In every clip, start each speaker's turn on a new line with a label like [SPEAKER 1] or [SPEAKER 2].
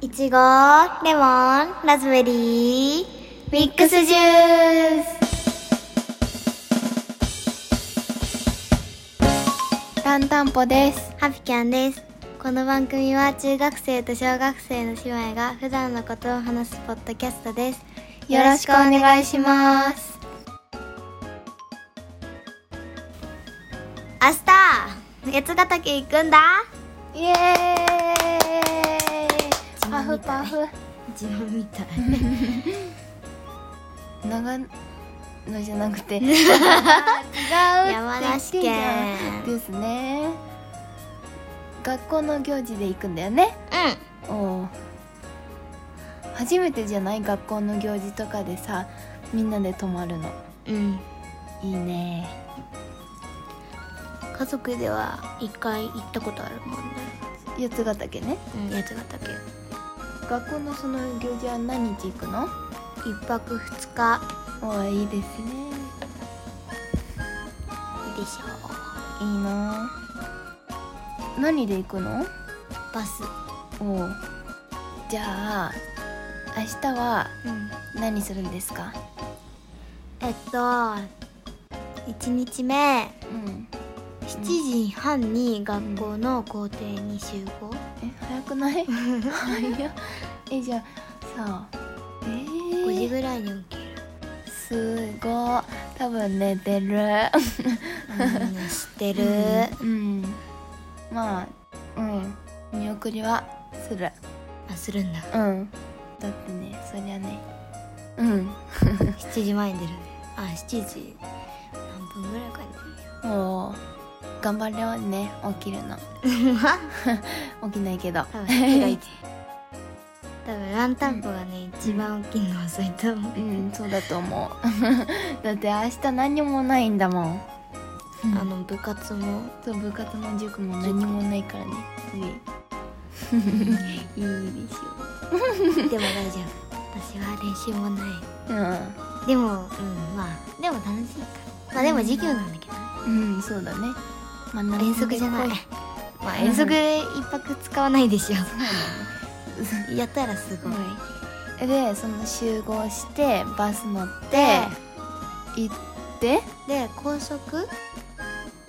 [SPEAKER 1] いちご、レモン、ラズベリー、ミックスジュース。
[SPEAKER 2] タンタンポです。
[SPEAKER 1] ハピキャンです。この番組は中学生と小学生の姉妹が普段のことを話すポッドキャストです。
[SPEAKER 2] よろしくお願いします。
[SPEAKER 1] 明日、八ヶ岳行くんだ。
[SPEAKER 2] イエーイ。パフパフ。
[SPEAKER 1] 自分みたい。
[SPEAKER 2] 長野じゃなく て違う。
[SPEAKER 1] 山梨県
[SPEAKER 2] ですね。学校の行事で行くんだよね。
[SPEAKER 1] うん。
[SPEAKER 2] おお。初めてじゃない学校の行事とかでさ、みんなで泊まるの。
[SPEAKER 1] うん、
[SPEAKER 2] いいね。
[SPEAKER 1] 家族では一回行ったことあるもんね、
[SPEAKER 2] 八ヶ岳ね。
[SPEAKER 1] うん、八ヶ岳
[SPEAKER 2] 学校のその行事は何日行くの？
[SPEAKER 1] 一泊二日
[SPEAKER 2] おおいいですね。
[SPEAKER 1] いいでしょう
[SPEAKER 2] いいな。何で行くの？
[SPEAKER 1] バス
[SPEAKER 2] おうじゃあ明日は
[SPEAKER 1] うん
[SPEAKER 2] 何するんですか
[SPEAKER 1] えっと一日目
[SPEAKER 2] うん
[SPEAKER 1] 7時半に学校の校庭に集合、
[SPEAKER 2] え早くない 早っえじゃあさえ
[SPEAKER 1] 五5時
[SPEAKER 2] ー、
[SPEAKER 1] ぐらいに起きる、
[SPEAKER 2] すごい多分寝てる
[SPEAKER 1] うん、知って る、
[SPEAKER 2] うんまあうん見送りはする
[SPEAKER 1] あするんだ
[SPEAKER 2] うんだってねそりゃねうん
[SPEAKER 1] 7時前に出るあ7時何分ぐらいかに出
[SPEAKER 2] もう頑張れよね起きるの
[SPEAKER 1] るよ
[SPEAKER 2] 起きないけど
[SPEAKER 1] 多分手が一 多分ランタンポがね、一番大きいの遅いと思う
[SPEAKER 2] うんそう だと思うだって明日何もないんだもん
[SPEAKER 1] あの部活も
[SPEAKER 2] そう部活も塾も何もないからねいいいいでし
[SPEAKER 1] でも大丈夫私は練習もない
[SPEAKER 2] ょ
[SPEAKER 1] でもうんまあでも楽しいからまあでも授業なんだけどね
[SPEAKER 2] うん、うん、そうだね、まあ、
[SPEAKER 1] 遠足じゃない
[SPEAKER 2] 学んで
[SPEAKER 1] まあ遠足で一泊使わないでしょやったらす
[SPEAKER 2] こ
[SPEAKER 1] ご
[SPEAKER 2] う
[SPEAKER 1] い、
[SPEAKER 2] うんでその集合してバス乗って
[SPEAKER 1] で
[SPEAKER 2] 行って、
[SPEAKER 1] で高速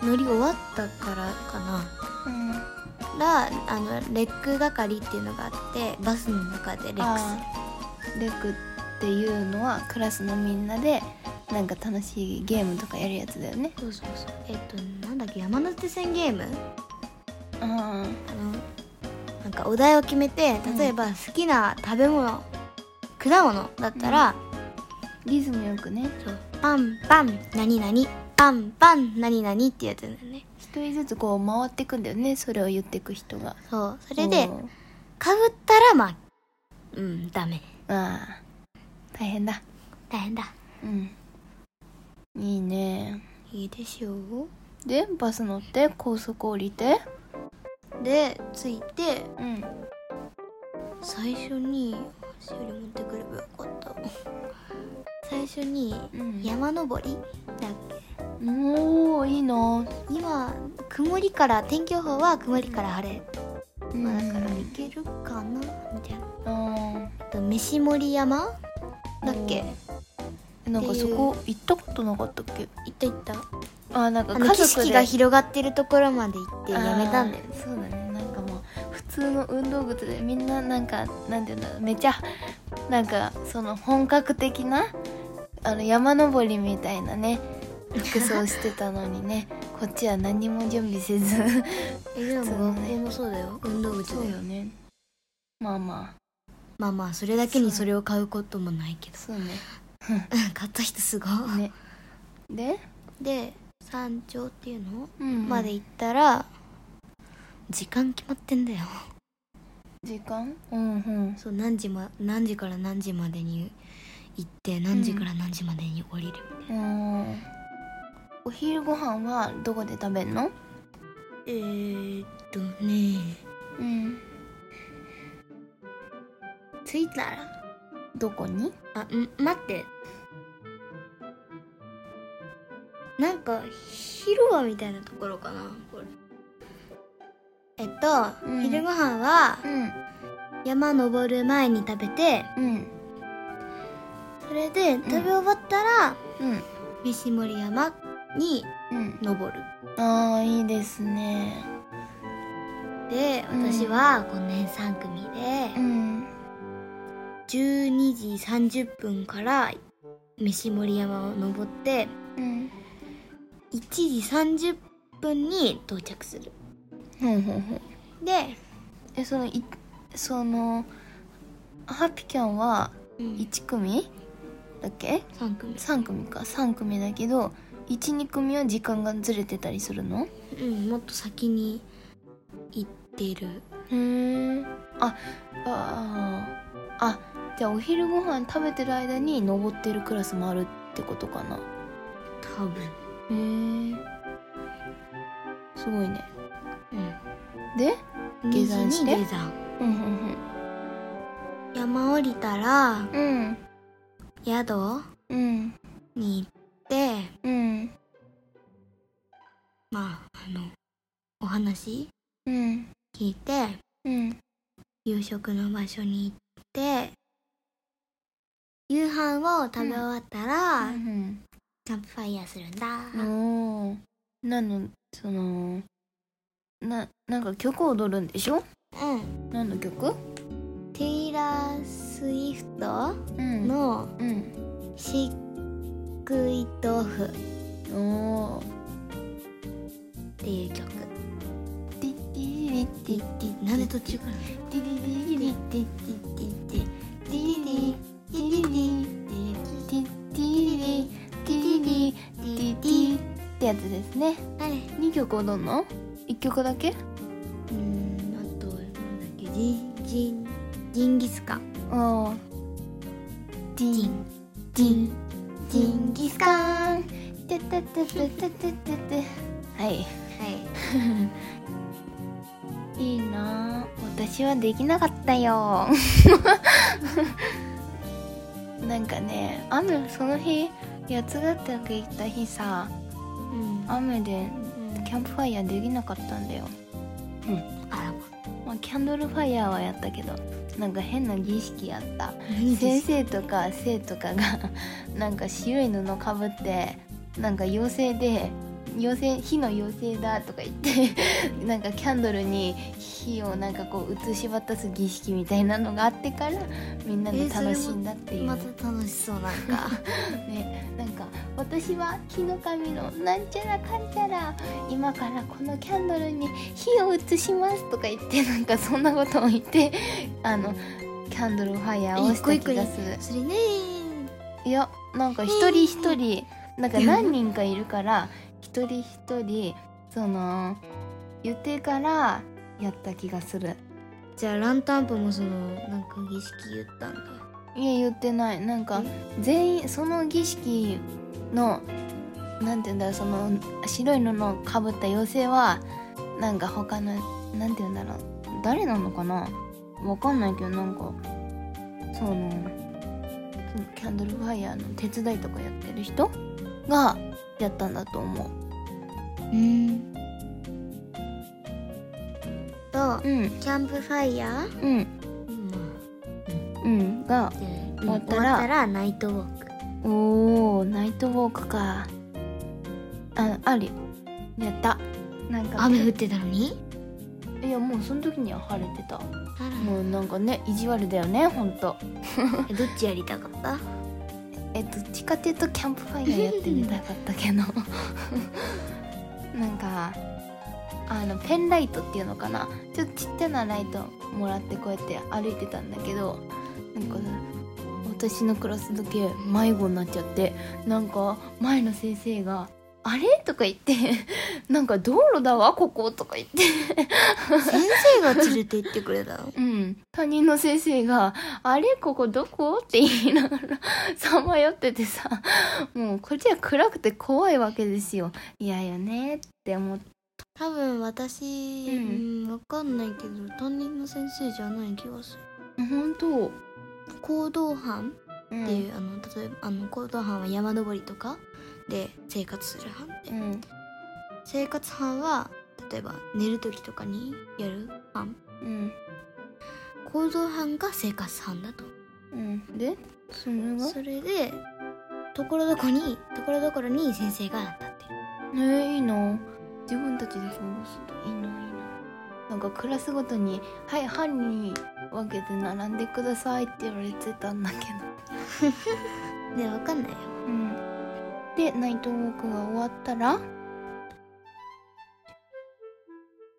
[SPEAKER 1] 乗り終わったからかな
[SPEAKER 2] うん、
[SPEAKER 1] らあのレック係っていうのがあってバスの中でレックする
[SPEAKER 2] レクっていうのはクラスのみんなでなんか楽しいゲームとかやるやつだよね
[SPEAKER 1] そうそうそうえっ、となんだっけ山手線ゲーム
[SPEAKER 2] うん
[SPEAKER 1] あのなんかお題を決めて
[SPEAKER 2] うん
[SPEAKER 1] 例えば好きな食べ物、果物だったら、
[SPEAKER 2] リズムよくね
[SPEAKER 1] そうパンパン何々パンパン何々ってやつだよね
[SPEAKER 2] 一人ずつこう回ってくんだよねそれを言ってく人が
[SPEAKER 1] そうそ
[SPEAKER 2] そ
[SPEAKER 1] れでかぶったらまあうんダメ
[SPEAKER 2] ああ大変だ
[SPEAKER 1] 大変だ
[SPEAKER 2] うんいいね
[SPEAKER 1] いいでしょう
[SPEAKER 2] でバス乗って高速降りて
[SPEAKER 1] でついて
[SPEAKER 2] うん
[SPEAKER 1] 最初にしおり持ってくればよかった最初に
[SPEAKER 2] うん
[SPEAKER 1] 山登りだっ
[SPEAKER 2] おーいいな
[SPEAKER 1] け今曇りから天気予報は曇りから晴れ
[SPEAKER 2] うん
[SPEAKER 1] まあだから行けるかなみたいな
[SPEAKER 2] あ
[SPEAKER 1] あと飯盛山
[SPEAKER 2] ー
[SPEAKER 1] だっけ
[SPEAKER 2] えなんかそこ行ったことなかったっけ
[SPEAKER 1] 行った行った
[SPEAKER 2] あーなんか
[SPEAKER 1] あ
[SPEAKER 2] 家
[SPEAKER 1] の
[SPEAKER 2] 族で
[SPEAKER 1] 景色が広がってるところまで行ってやめたんだよね
[SPEAKER 2] あーそうだねなんかもう普通の運動靴でみんななんかなんていうんだろうめちゃなんかその本格的なあの山登りみたいな ね 服装してたのにねこっちは何も準備せず
[SPEAKER 1] えで
[SPEAKER 2] 普通
[SPEAKER 1] も
[SPEAKER 2] のね
[SPEAKER 1] 学校もそうだよ運動靴だよ
[SPEAKER 2] ねまあま
[SPEAKER 1] まあまあそれだけにそれを買うこともないけ
[SPEAKER 2] あ
[SPEAKER 1] ど
[SPEAKER 2] そうね
[SPEAKER 1] 買った人すごい、
[SPEAKER 2] ねで、
[SPEAKER 1] で山頂っていうの、
[SPEAKER 2] うん
[SPEAKER 1] まで行ったら時間決まってんだよ
[SPEAKER 2] 時間うんうん
[SPEAKER 1] そう何時,、ま、何時から何時までに行って何時から何時までに降りるみたいな
[SPEAKER 2] うんお昼ご飯はどこで食べんの
[SPEAKER 1] えー、っとね
[SPEAKER 2] うん
[SPEAKER 1] 着いたら
[SPEAKER 2] どこに
[SPEAKER 1] あん待ってなんか広場みたいなところかなこれえっと、
[SPEAKER 2] うん
[SPEAKER 1] 昼ご飯は
[SPEAKER 2] うん
[SPEAKER 1] 山登る前に食べて
[SPEAKER 2] うん
[SPEAKER 1] それで食べ終わったら、
[SPEAKER 2] うん
[SPEAKER 1] 飯盛山に
[SPEAKER 2] うん
[SPEAKER 1] 登る
[SPEAKER 2] ああいいですね
[SPEAKER 1] で
[SPEAKER 2] うん
[SPEAKER 1] 私は5年3組
[SPEAKER 2] う
[SPEAKER 1] で
[SPEAKER 2] ん
[SPEAKER 1] 12時30分から飯盛山を登って
[SPEAKER 2] うん
[SPEAKER 1] 1時30分に到着する
[SPEAKER 2] ほんほんほん
[SPEAKER 1] で、
[SPEAKER 2] えそのいそのハピキャンは
[SPEAKER 1] うん、
[SPEAKER 2] 1組だっけ
[SPEAKER 1] 3組
[SPEAKER 2] 3組か3組だけど12組は時間がずれてたりするの
[SPEAKER 1] うんもっと先に行ってる
[SPEAKER 2] へえああーあじゃあお昼ご飯食べてる間に登ってるクラスもあるってことかな
[SPEAKER 1] 多分
[SPEAKER 2] へえすごいね
[SPEAKER 1] う
[SPEAKER 2] で
[SPEAKER 1] ん
[SPEAKER 2] 下山
[SPEAKER 1] 2時に
[SPEAKER 2] して
[SPEAKER 1] 下山
[SPEAKER 2] うん
[SPEAKER 1] 山降りたら
[SPEAKER 2] うんうん
[SPEAKER 1] 宿
[SPEAKER 2] うん
[SPEAKER 1] に行って
[SPEAKER 2] うん
[SPEAKER 1] まああのお話
[SPEAKER 2] うん
[SPEAKER 1] 聞いて
[SPEAKER 2] うん
[SPEAKER 1] 夕食の場所に行って夕飯を食べ終わったら、
[SPEAKER 2] うん
[SPEAKER 1] キャンプファイヤーするんだ、
[SPEAKER 2] おーなのそのななんか曲踊るんでしょ
[SPEAKER 1] うん
[SPEAKER 2] 何の曲
[SPEAKER 1] テイラー・スウィフト
[SPEAKER 2] うん
[SPEAKER 1] の
[SPEAKER 2] うん
[SPEAKER 1] 「シック・イット・オフ」っ
[SPEAKER 2] おー
[SPEAKER 1] ていう曲
[SPEAKER 2] ティッティリッティッティッ
[SPEAKER 1] なんで途中から
[SPEAKER 2] ティリリリリッティッティッティッティッティリリティリリティッティリティリリティッティッってやつですね
[SPEAKER 1] あれ
[SPEAKER 2] 二曲踊んの一曲だけ
[SPEAKER 1] うんあとなんだっけジンジンジンギスカン
[SPEAKER 2] ああディ
[SPEAKER 1] ジ
[SPEAKER 2] ー
[SPEAKER 1] ン
[SPEAKER 2] ディー
[SPEAKER 1] ジンギスカンは
[SPEAKER 2] テテテテテテテテはいいいなあ私はできなかった よなんかね雨その日八ヶ岳行った日さ
[SPEAKER 1] い、うんあ
[SPEAKER 2] 雨でキャンプファイヤーできなかったんだよ、
[SPEAKER 1] ら
[SPEAKER 2] まあ、キャンドルファイヤーはやったけどなんか変な儀式やった
[SPEAKER 1] 何
[SPEAKER 2] 先
[SPEAKER 1] です
[SPEAKER 2] 生とか生徒かが なんか白い布かぶってなんか妖精で妖精火の妖精だとか言って なんかキャンドルに火をなんかこう移し渡す儀式みたいなのがあってからみんなで楽しんだっていう、
[SPEAKER 1] また楽しそうなんか
[SPEAKER 2] ねなんか私は火の神のなんちゃらかんちゃら今からこのキャンドルに火を移しますとか言ってなんかそんなことを言ってあのキャンドルファイヤーをした気がする。
[SPEAKER 1] それね
[SPEAKER 2] いやなんか一人一人なんか何人かいるから一人一人その言ってからやった気がする
[SPEAKER 1] じゃあランタンプもそのなんか儀式言ったんだ
[SPEAKER 2] いや言ってないなんか全員その儀式のなんて言うんだろうその白い布をかぶった妖精はなんか他のなんて言うんだろう誰なのかなわかんないけどなんかそのそのキャンドルファイヤーの手伝いとかやってる人がやったんだと思
[SPEAKER 1] うんと
[SPEAKER 2] ううん
[SPEAKER 1] キャンプファイヤ
[SPEAKER 2] うん
[SPEAKER 1] ー、うん、
[SPEAKER 2] うんが
[SPEAKER 1] で
[SPEAKER 2] 終わったら
[SPEAKER 1] 終わったらナイトウォーク
[SPEAKER 2] おおナイトウォークかあありやったなんか
[SPEAKER 1] 雨降ってたのに
[SPEAKER 2] いやもうその時には晴れてた
[SPEAKER 1] あら
[SPEAKER 2] もうなんかね意地悪だよねほんと
[SPEAKER 1] えどっちやりたか った
[SPEAKER 2] えっと地下鉄とキャンプファイヤーやってみたかったけどなんかあのペンライトっていうのかなちょっとちっちゃなライトもらってこうやって歩いてたんだけどなんか私のクラスだけ迷子になっちゃってなんか前の先生が「あれ?」とか言って「なんか道路だわここ」とか言って
[SPEAKER 1] 先生が連れて行ってくれたの
[SPEAKER 2] うん、担任の先生が「あれここどこ?」って言いながら さまよっててさもうこっちは暗くて怖いわけですよ嫌よねって思って
[SPEAKER 1] 多分私、
[SPEAKER 2] う
[SPEAKER 1] うん、わかんないけど担任の先生じゃない気がする
[SPEAKER 2] 本当、
[SPEAKER 1] 行動犯
[SPEAKER 2] うん、
[SPEAKER 1] っていう、あの例えばあの行動犯は山登りとかで生活する犯で、
[SPEAKER 2] うん、
[SPEAKER 1] 生活犯は例えば寝る時とかにやる犯
[SPEAKER 2] うん、
[SPEAKER 1] 行動班が生活班だと
[SPEAKER 2] うんでそれが
[SPEAKER 1] それでところどころにところどころに先生がなったっていう
[SPEAKER 2] えー、いいの自分たちで勝負するといいのいいのなんかクラスごとに「はい班に分けて並んでください」って言われてたんだけ
[SPEAKER 1] でわかんないよ
[SPEAKER 2] どうんでナイトウォークが終わったら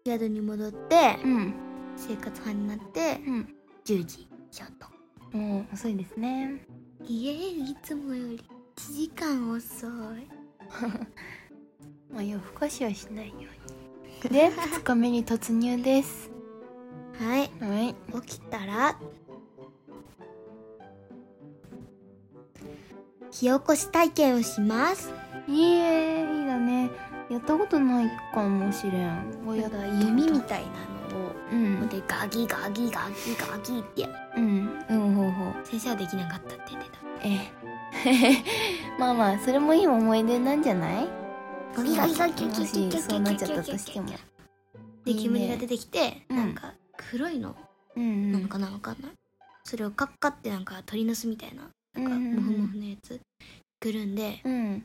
[SPEAKER 1] 宿に戻って
[SPEAKER 2] うん
[SPEAKER 1] 生活班になって
[SPEAKER 2] うん
[SPEAKER 1] 10時ちょっと
[SPEAKER 2] もう遅いですね
[SPEAKER 1] いえいつもより1時間遅い
[SPEAKER 2] まあ夜更かしはしないようにで2日目に突入です
[SPEAKER 1] はい
[SPEAKER 2] はい
[SPEAKER 1] 起きたら火起こし体験をします
[SPEAKER 2] いいえいいだねやったことないかもしれん親が
[SPEAKER 1] 弓みたいなのを
[SPEAKER 2] うん
[SPEAKER 1] でガギガギガギガギって
[SPEAKER 2] うんうんほうほう
[SPEAKER 1] 先生はできなかったって言ってた
[SPEAKER 2] え えまあまあそれもいい思い出なんじゃない
[SPEAKER 1] ガギガギガギガギ
[SPEAKER 2] もしそうなっちゃったとしても
[SPEAKER 1] で煙が出てきて
[SPEAKER 2] うん
[SPEAKER 1] なんか黒いの
[SPEAKER 2] うん
[SPEAKER 1] なのかなわかんないそれをカッカってなんか鳥の巣みたいななんか
[SPEAKER 2] うんうん
[SPEAKER 1] モフモフのやつくるんで
[SPEAKER 2] うん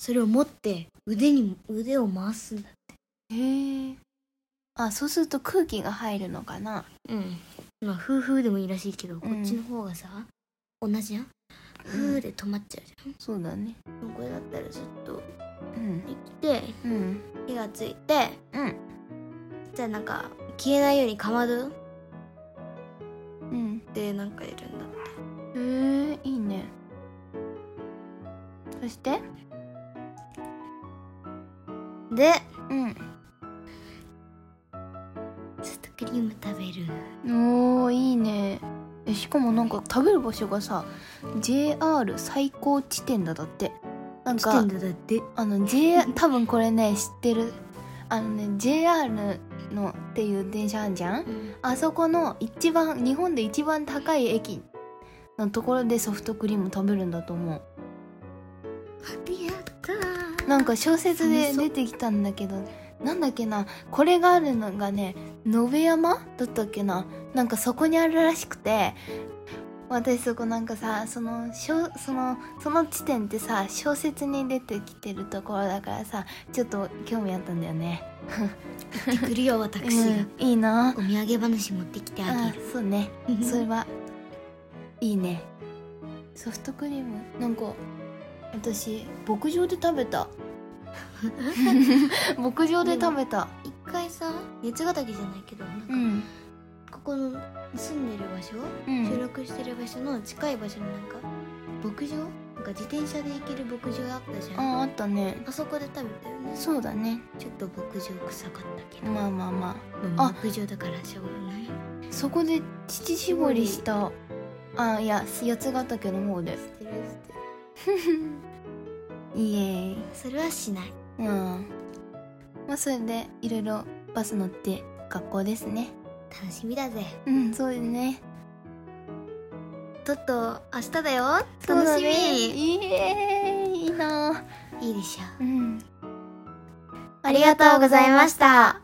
[SPEAKER 1] それを持って腕に腕を回すんだ
[SPEAKER 2] へえあそうすると空気が入るのかな
[SPEAKER 1] うんまあフーフーでもいいらしいけどこっちの方がさ同じやんフーで止まっちゃうじ
[SPEAKER 2] そうだね
[SPEAKER 1] ゃんこれだったらずっと
[SPEAKER 2] う
[SPEAKER 1] で
[SPEAKER 2] ん
[SPEAKER 1] きて
[SPEAKER 2] うん
[SPEAKER 1] 火がついて
[SPEAKER 2] うん
[SPEAKER 1] じゃあなんか消えないようにかまど
[SPEAKER 2] うん
[SPEAKER 1] でなんかいるんだって
[SPEAKER 2] へえいいねそして
[SPEAKER 1] で
[SPEAKER 2] うん
[SPEAKER 1] ソフトクリーム食べる
[SPEAKER 2] おーいいねえしかもなんか食べる場所がさ JR 最高地点だだってなんか
[SPEAKER 1] だだって
[SPEAKER 2] あの J 多分これね知ってるあのね JR のっていう電車あんじゃんあそこの一番日本で一番高い駅のところでソフトクリーム食べるんだと思う
[SPEAKER 1] やったー
[SPEAKER 2] なんか小説で出てきたんだけどなんだっけなこれがあるのがね延山だったっけななんかそこにあるらしくて私そこなんかさそのしょそのその地点ってさ小説に出てきてるところだからさちょっと興味あったんだよね
[SPEAKER 1] 買ってくるよ私が、
[SPEAKER 2] うんいいな
[SPEAKER 1] お土産話持ってきてあ
[SPEAKER 2] あ
[SPEAKER 1] げ
[SPEAKER 2] そうね
[SPEAKER 1] る
[SPEAKER 2] それはいいねソフトクリームなんか私牧場で食べ た牧場で食べた
[SPEAKER 1] 一回さ八ヶ岳じゃないけどなんか、
[SPEAKER 2] うん
[SPEAKER 1] ここの住んでる場所、
[SPEAKER 2] うん
[SPEAKER 1] 収録してる場所の近い場所のなんか牧場なんか自転車で行ける牧場あったじゃんあ
[SPEAKER 2] ああったね
[SPEAKER 1] そこで食べたよね
[SPEAKER 2] そうだね
[SPEAKER 1] ちょっと牧場臭かったけど、
[SPEAKER 2] まあまあま
[SPEAKER 1] まあ
[SPEAKER 2] あ
[SPEAKER 1] 牧場だからしょうがない
[SPEAKER 2] あそこで乳搾りしたあいや八ヶ岳の方
[SPEAKER 1] し
[SPEAKER 2] で
[SPEAKER 1] てるしてる
[SPEAKER 2] イエーイ
[SPEAKER 1] それはしない
[SPEAKER 2] うんまあそれでいろいろバス乗って学校ですね
[SPEAKER 1] 楽しみだぜ
[SPEAKER 2] うんそうですね
[SPEAKER 1] トット明日だよ
[SPEAKER 2] そうだ
[SPEAKER 1] 楽し
[SPEAKER 2] ね
[SPEAKER 1] み、
[SPEAKER 2] イエーイいいない
[SPEAKER 1] いでしょ
[SPEAKER 2] うん
[SPEAKER 1] ありがとうございました